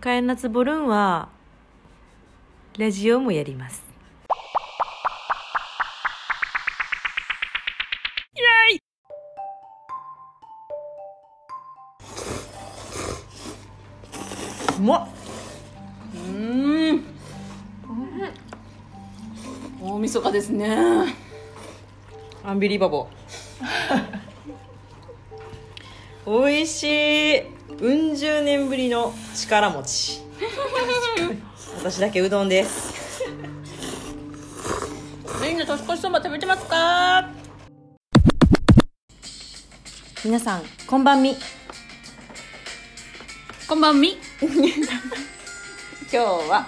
かえなつぼるんはラジオもやりますイエーイうまっうん大晦日ですねアンビリバボ ー美味しいうん十年ぶりの力持 ち私だけうどんですみんな年越しそば食べてますか皆さんこんばんみこんばんみ今日は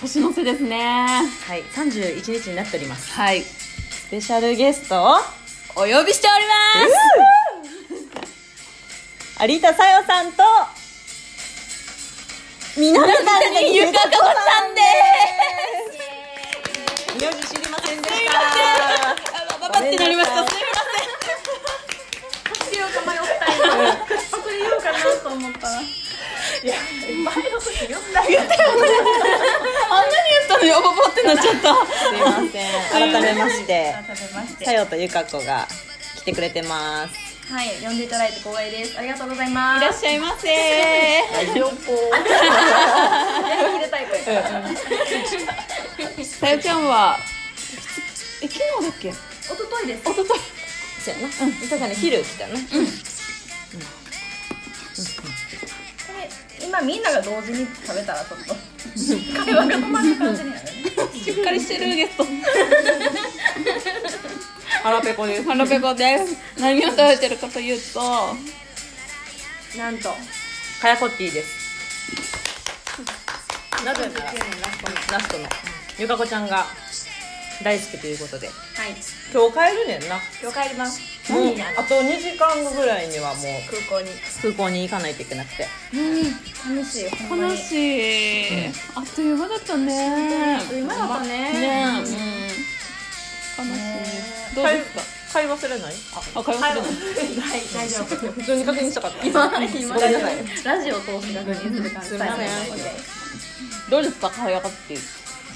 年の瀬ですねはい31日になっておりますはいスペシャルゲストお呼びしております有田さよさんとみなみかんでゆかこさんです名字知りませんでしたあばばばってなりましたごめんなさいすいませんしようか迷った今パクリようかなと思ったらいや前の時言ったよあんなに言ったのにあばばってなっちゃっすたいません改めまして改めましてさよとゆかこが来てくれてますはい呼んでいただいて光栄ですありがとうございまいすらっしゃいませ両方やりきるタイプやからさよちゃんはえ昨日だっけ一一昨日です昨日そうやなうんゆかさんね昼来たねこれ今みんなが同時に食べたらちょ っと会話が止まる感じになるねしっかりしてるゲスト腹ペコですハロペコです何を食べてるかというとなんとカヤコッティですなぜならラストのゆかこちゃんが大好きということではい今日帰るねんな今日帰りますもう何にああと2時間後ぐらいにはもう空港に空港に行かないといけなくて楽しいほんま楽にしい、あっという間だったねうまかったねねうん、悲しいねどうですか買い忘れないあ、会話するのはい大丈夫普通に確認したかった今今ごめんなさいラジオを通して確認する感じすいませんのでどうですか会話がっていう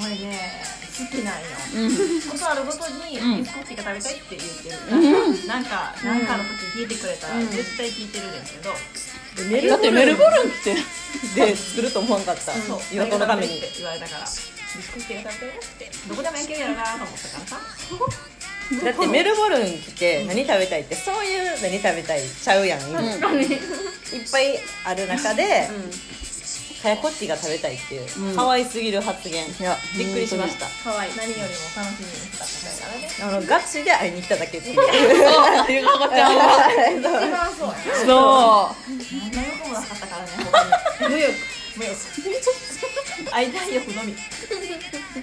これね好きなんようんことあるごとにうん「ミスコッティが食べたい」って言ってる、なんかなんかの時聞いてくれたら絶対聞いてるんですけど、メだってメルボンルンってで作ると思わんかったそう岩戸のためにって言われたから「ミスコッティが食べたい」ってどこでも焼けるやろなと思ったからさだってメルボルン来て何食べたいってそういう何食べたいちゃうやん、いっぱいある中で、かやこっちが食べたいっていう、うん可愛すぎる発言やびっくりしましたかわいい何よりも楽しみにしたことやからねあのガチで会いに来ただけっていうそうゆかこちゃんは一番そうやそ何の欲もなかったからね他に無欲無欲会いたい欲のみ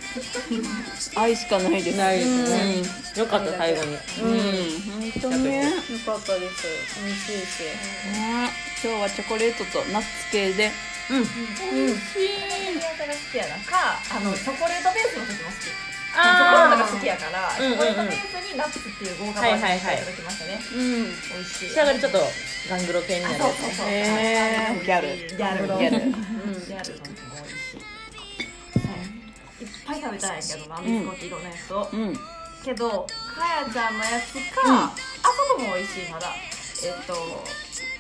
う愛しかないですないですねよかった最後にうんうん本当ねねよかったです美味しいし今日はチョコレートとナッツ系でチョコレートが好きやなかあのチョコレートベースの時も好きチョコレートが好きやからチうんうんうんョコレートベースにナッツっていう豪華バージョンをいただきましたねうん美味しい仕上がりちょっとガングロ系になあるそうそうそうへーギャルギャルギャルうんギャルの時も美味しいはいいっぱい食べたいんやけどなミスコっていろんなやつをうんけどかやちゃんのやつかあそこも美味しいまだえっと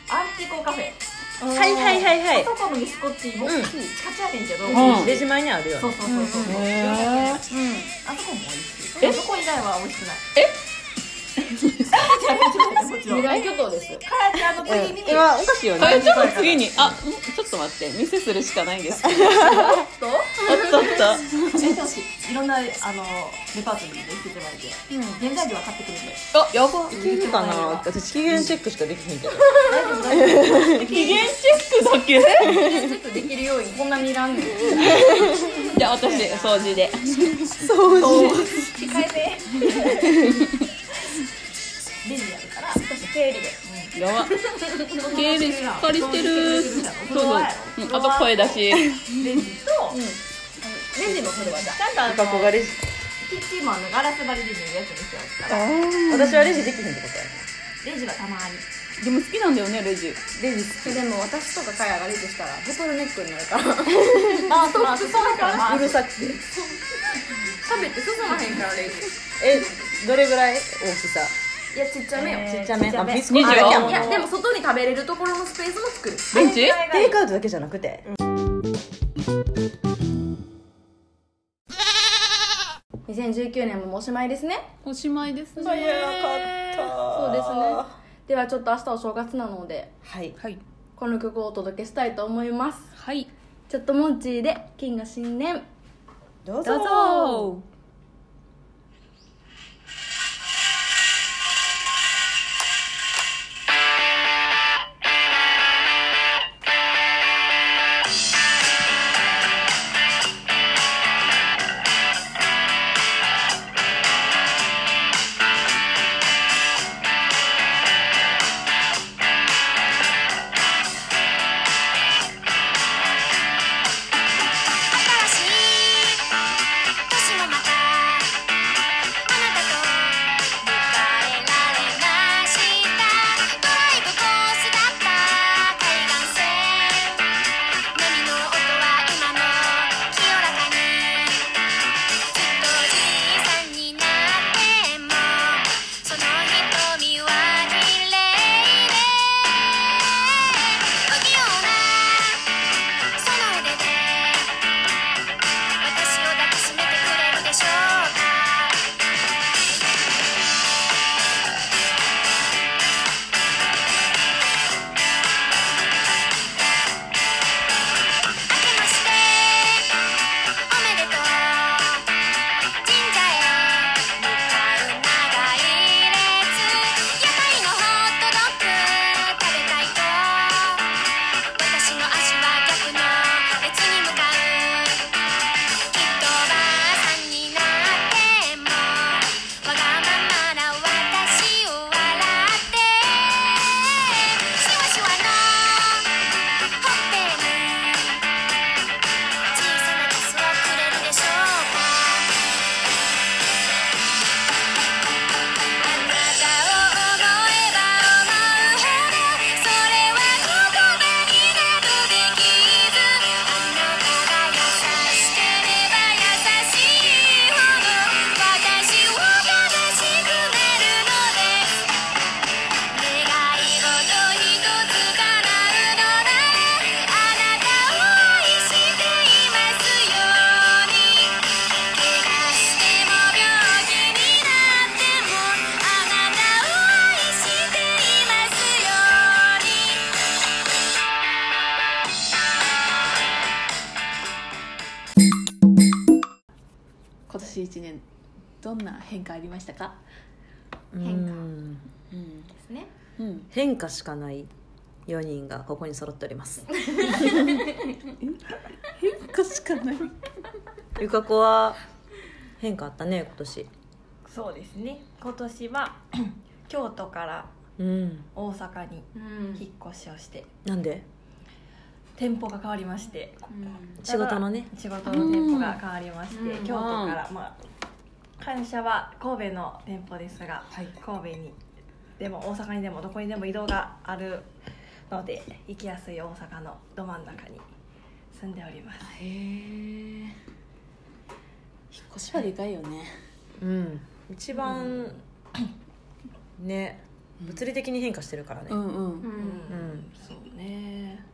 アンティコカフェはいはいはいはあそこのミスコッティもうん近くやねんけどうんいレジ前にあるよねそうそうそうそうそうへーあそこも美味しい。ええ、どこ以外は美味しくない。え。もちろ ん。か巨頭です。やちゃんの次に。今おかしいよあねちょっと次にあんちょっと待って見せするしかないん ですけどと。おっとおっえっと、いろんな、あの、レパートリーで売っててはいて。原材料は買ってくるんで。とあやばいけるかな私期限チェックしかできへんけど大丈夫、大丈期限チェックだけ夫。ちょっとできるように、こんなにいらんねん。じゃあ私掃除で控え め。レジやるから、そして経 理で。やば経理しっかりしてるそうそうそううんあと声だしレジと、レジもそれはじゃあちゃんとあ学の校がレジキッチンもあのガラス張りで見るやつにしてあるから私はレジできへんってことやレジはたまにでも好きなんだよねレジレジ好きでも私とかカヤがレジしたらボトルネックになるからあそうまあそうだからまうあるさくて食べて進まへんからレジえどれぐらい大きさいやちっちゃめよ、えーちっちゃめちっちゃめあビスコットだけやん24いやでも外に食べれるところのスペースも作るベンチテイクアウトだけじゃなくて、 2019年もおしまいですねおしまいですねそうですねではちょっと明日お正月なのではいはいこの曲をお届けしたいと思いますはいちょっとモンチーで金が新年どうぞどうぞ新しい年もまたあなたと迎えられましただいぶコースだった海岸線波の音は今も清らかにずっとじいさんになってもその瞳は綺麗で不器用なその腕で私を抱きしめてくれるでしょうか明けましておめでとう神社へ向かう長い列屋台のホットドッグ食べたいと私の足は逆の列に向かうきっとばあさんになってもわがままな私を笑ってシワシワのほっぺに小さなキスをくれるでしょうか「あなたを思えば思うほどそれは心の言葉になどできず」「あなたが優しければ優しいほど私を悲しくなるのです」願い事一つ叶うのならあなたを愛していますように怪我しても病気になってもあなたを愛していますように今年一年どんな変化ありましたかうんうんですねうん変化しかない4人がここに揃っております変化しかないゆかこは変化あったね今年そうですね今年は 京都からうん大阪にうん引っ越しをしてなんで店舗が変わりまして仕事のね仕事の店舗が変わりまして、うん京都から、まあ、会社は神戸の店舗ですが、神戸にでも大阪にでもどこにでも移動があるので行きやすい大阪のど真ん中に住んでおりますへえ引っ越しはでかいよねうん一番ね物理的に変化してるからねうんううんうんんそうね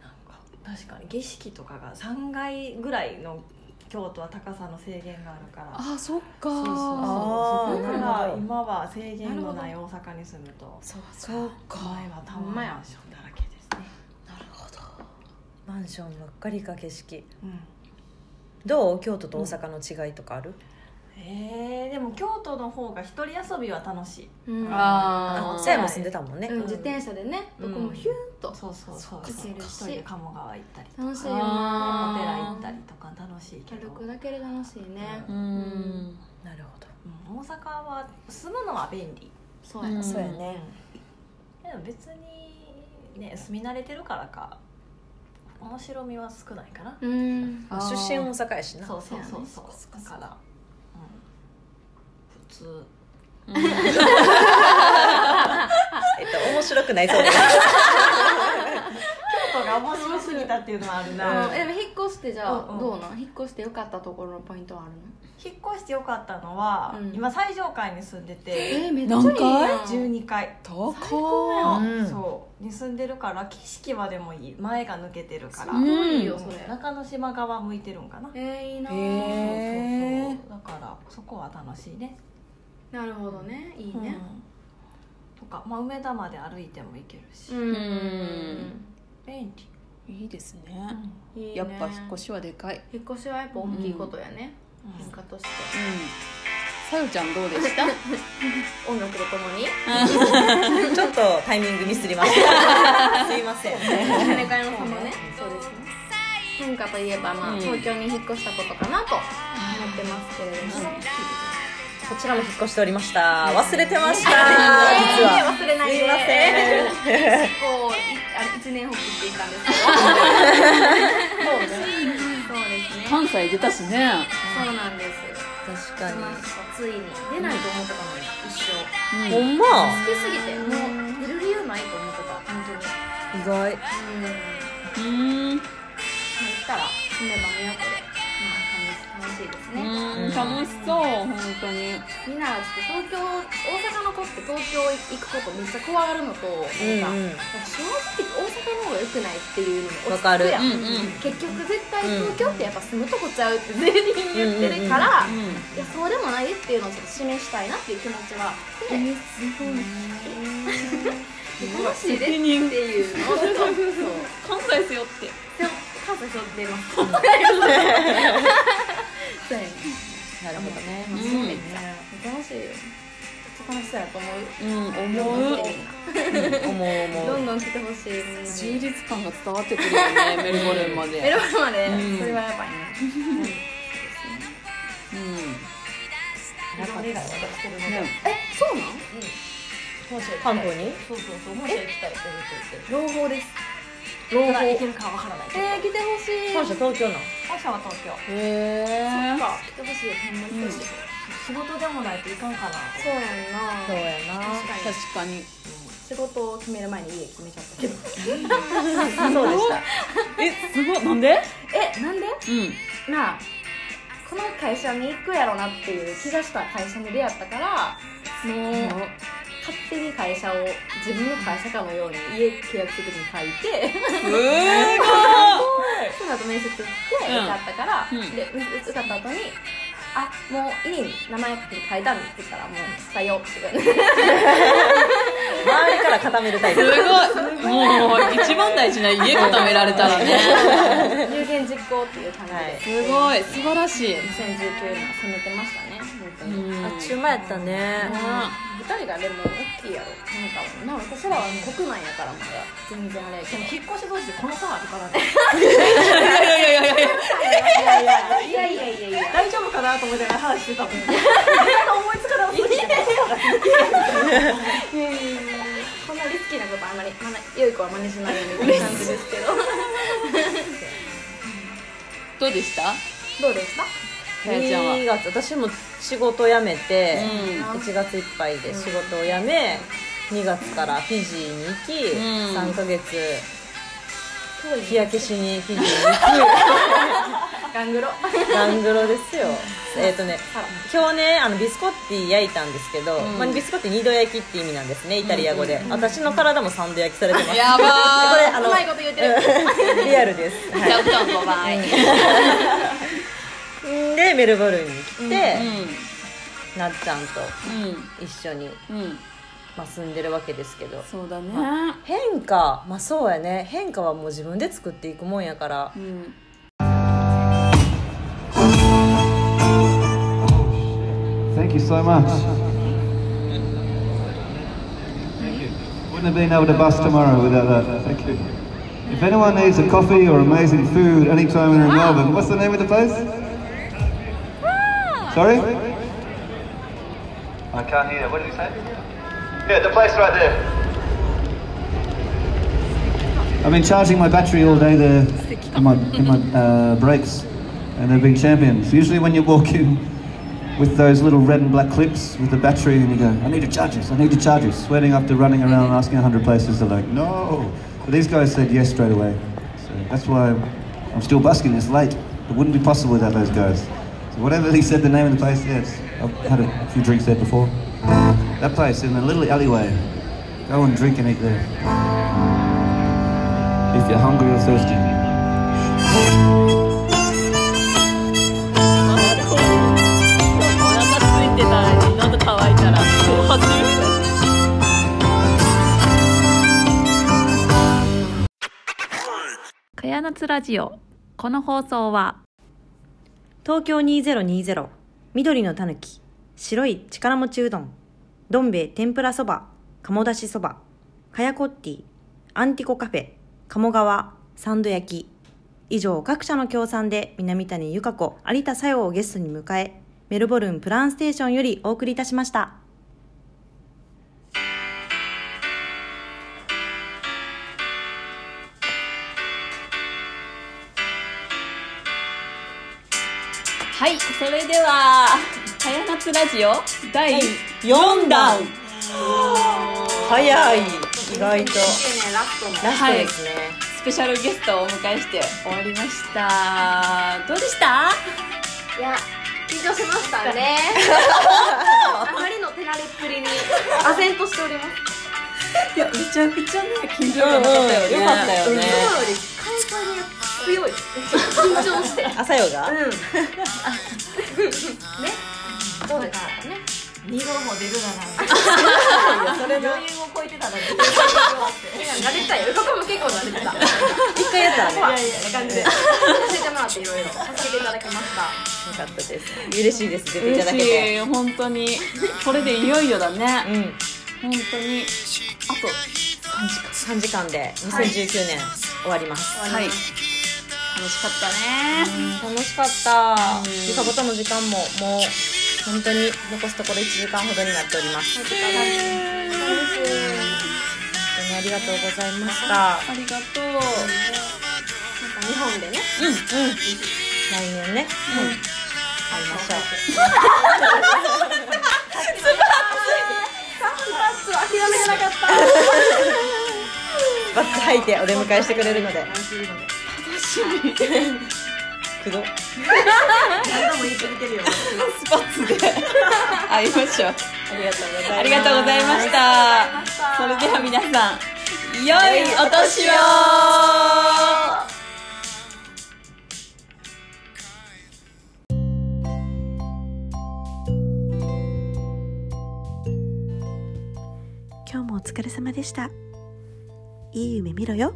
なんか確かに儀式とかが3階ぐらいの京都は高さの制限があるからあそっかそうそうあそうーだかなるらほど今は制限のない大阪に住むとそうそうか前はタワーマンションだらけですね、なるほどマンションばっかりか景色うんどう京都と大阪の違いとかある、えー、でも京都の方が一人遊びは楽しい、うんうんああ、さやも住んでたもんね、自転車でねどこもヒューンとそうそうそう行けるし一人で鴨川行ったりとか楽しいよあーねお寺行ったりとか楽しいけど、歩くだけで楽しいねううんんなるほどうん大阪は住むのは便利そうやなそうやねでも別にね住み慣れてるからか面白みは少ないかな、うんあー出身大阪やしなそうそうそうそうそだから、うん、普通えっと、面白くないそうです京都が面白すぎたっていうのはあるな、うんえでも引っ越してじゃあうんうんどうなん引っ越してよかったところのポイントはあるの引っ越してよかったのは、うん今最上階に住んでてえーめっちゃいいやん12階高うんそうに住んでるから景色はでもいい前が抜けてるから、すごいよそれ中之島側向いてるんかな、えーいいなそうそうへーそうそうだからそこは楽しいねなるほどねいいうんねとか、まあ、梅田まで歩いても行けるし、うん便利、いいですね、いいねやっぱ引っ越しはでかい引っ越しはやっぱ大きいことやねうん変化としてさよちゃんどうでした 音楽とともにちょっとタイミングミスりました。すいません。金かのさんもねそうですね変化といえばまあ東京に引っ越したことかなと思ってますけれどもこちらも引っ越しておりました。忘れてました。実えは。ー忘れないすでいません。こういあれ一年発起していたんですけどそうですね関西出たしねそうなんです確か出ましたついに出ないと思ってたのに一生に。ほんま。好きすぎてもう出る理由ないと思ってた本当に意外。うんまうんうんあ行ったら住めば都でまあ楽し楽しいですねうん楽しそう本当にみんなちょっと東京大阪の子って東京行くことめっちゃ怖がるのとなんか、うんうんなんか正直大阪の方が良くないっていうのもわかる落ち着くやんうんうん結局絶対東京ってやっぱ住むとこちゃうって全員言ってるから、いやそうでもないっていうのをちょっと示したいなっていう気持ちはで、え楽しいですっていうのをちょっとそう関西ですよってでも関西そう出ますそうやねなるほどね。まあそうめっちゃめっちゃ楽しいよめっちゃ楽しそうやと思ううんどん思どん思う思う。う来てみんなどんどん来てほしいみんな充に実感が伝わってくるよ ねメルボルンまでメロンまで、うんそれはやばいねういろいろ私してるのんで、ねえそうなん関東に。そうそうそう本社行きたいって朗報です言ってただ行けるかはわからないけど、えー、来てほしい本社東京なの。本社は東京へそっえか来てほしいよほんまに来てほしい、仕事でもないといかんかなそうやんなそうやな。確かに確かに仕事を決める前に家決めちゃったけどそうでした。えすごいなんでえなんでうんなあこの会社に行くやろなっていう気がした会社に出会ったからもう、勝手に会社を自分の会社かのように家契約書的に書いえてその後面接行ってうん受かったから、うんで面接受かった後に「あもう家に名前書いて変えたんです」って言ったら「もう伝えよう」って言われて周りから固めるタイプ。すごいもう一番大事な家固められたらね有言実行っていう感じで、はいすごい素晴らしい2019年は攻めてましたね本当に。うん間やったね2人がでも大きいやろなんかな私らは国内やからまだ全然あれやけでども引っ越し同士でこの差あるからねいやいやいやいやいやいやいやいやいや大丈夫かなと思いながら話してたもんなんか思いつかなくてこんなリスキーなことあんまりまだ良い子は真似しないようにって感じですけどどうでしたどうでしたさやちゃんは2月私も仕事辞めて、うん1月いっぱいで仕事を辞め、2月からフィジーに行き、うん3ヶ月遠い日焼けしにフィジーにガングロ行きガングロですよえっ、とね今日ねあのビスコッティ焼いたんですけど、んまあ、ビスコッティ二度焼きって意味なんですねイタリア語で、私の体も三度焼きされてますやばこれあうのまいこと言ってるリアルです、ーちゃうちゃんの場合うんはい、 でメルボルンに来て、なっちゃんとう一緒に、んうんまあ、住んでるわけですけどそうだね変化まあそうやね変化はもう自分で作っていくもんやからうん Thank you so much. Thank you. Wouldn't have been able to bus tomorrow without that. Thank you. If anyone needs a coffee or amazing food anytime they're in Melbourne, what's the name of the place? Sorry? I can't hear. What did you say? Yeah, the place right there. I've been charging my battery all day there in my, in my uh, breaks, and they've been champions. Usually, when you walk in, with those little red and black clips with the battery, and you go, I need to charge this, I need to charge this, sweating after running around and asking 100 places. They're like, no. But these guys said yes straight away. So that's why I'm still busking, it's late. It wouldn't be possible without those guys. So whatever he said the name of the place is, I've had a few drinks there before. That place in the little alleyway. Go and drink and eat there. If you're hungry or thirsty. かやなつラジオこの放送は東京2020緑のたぬき白い力持ちうどんどん兵衛天ぷらそば鴨だしそばかやこっティアンティコカフェ鴨川サンド焼き以上各社の協賛で南谷由香子有田佐用をゲストに迎えメルボルンプランステーションよりお送りいたしました。はい、それでは、はやなつラジオ第4弾早い意外とラストのラストですね、スペシャルゲストをお迎えして終わりました。どうでしたいや緊張しましたねあまりの手慣れっぷりに唖然としておりますいや、めちゃくちゃね、緊張感なかったよねよかったよね。今より会話に強い緊張して朝ヨが、うんどうだからね二度も出るならそれな余裕を超えてたのに慣れたよここも結構慣れ てた教一回やったらねよか感じでえてもらっていろいろ教えていただきましたったです嬉しいです出ていただけて嬉しい、本当に。これでいよいよだね。うん本当に。あと、 3時間で2019年終わります、はい。楽しかったね。楽しかったゆかことの時間ももう本当に残すところ1時間ほどになっております本当にありがとうございましたありがとう。 日本でね来年ね、会いましょうそう諦めなかったバッツ履いてお出迎えしてくれるので楽しみくどスポーツで会いましょう。ありがとうございますありがとうございました。それでは皆さん、良いお年を今日もお疲れ様でしたいい夢見ろよ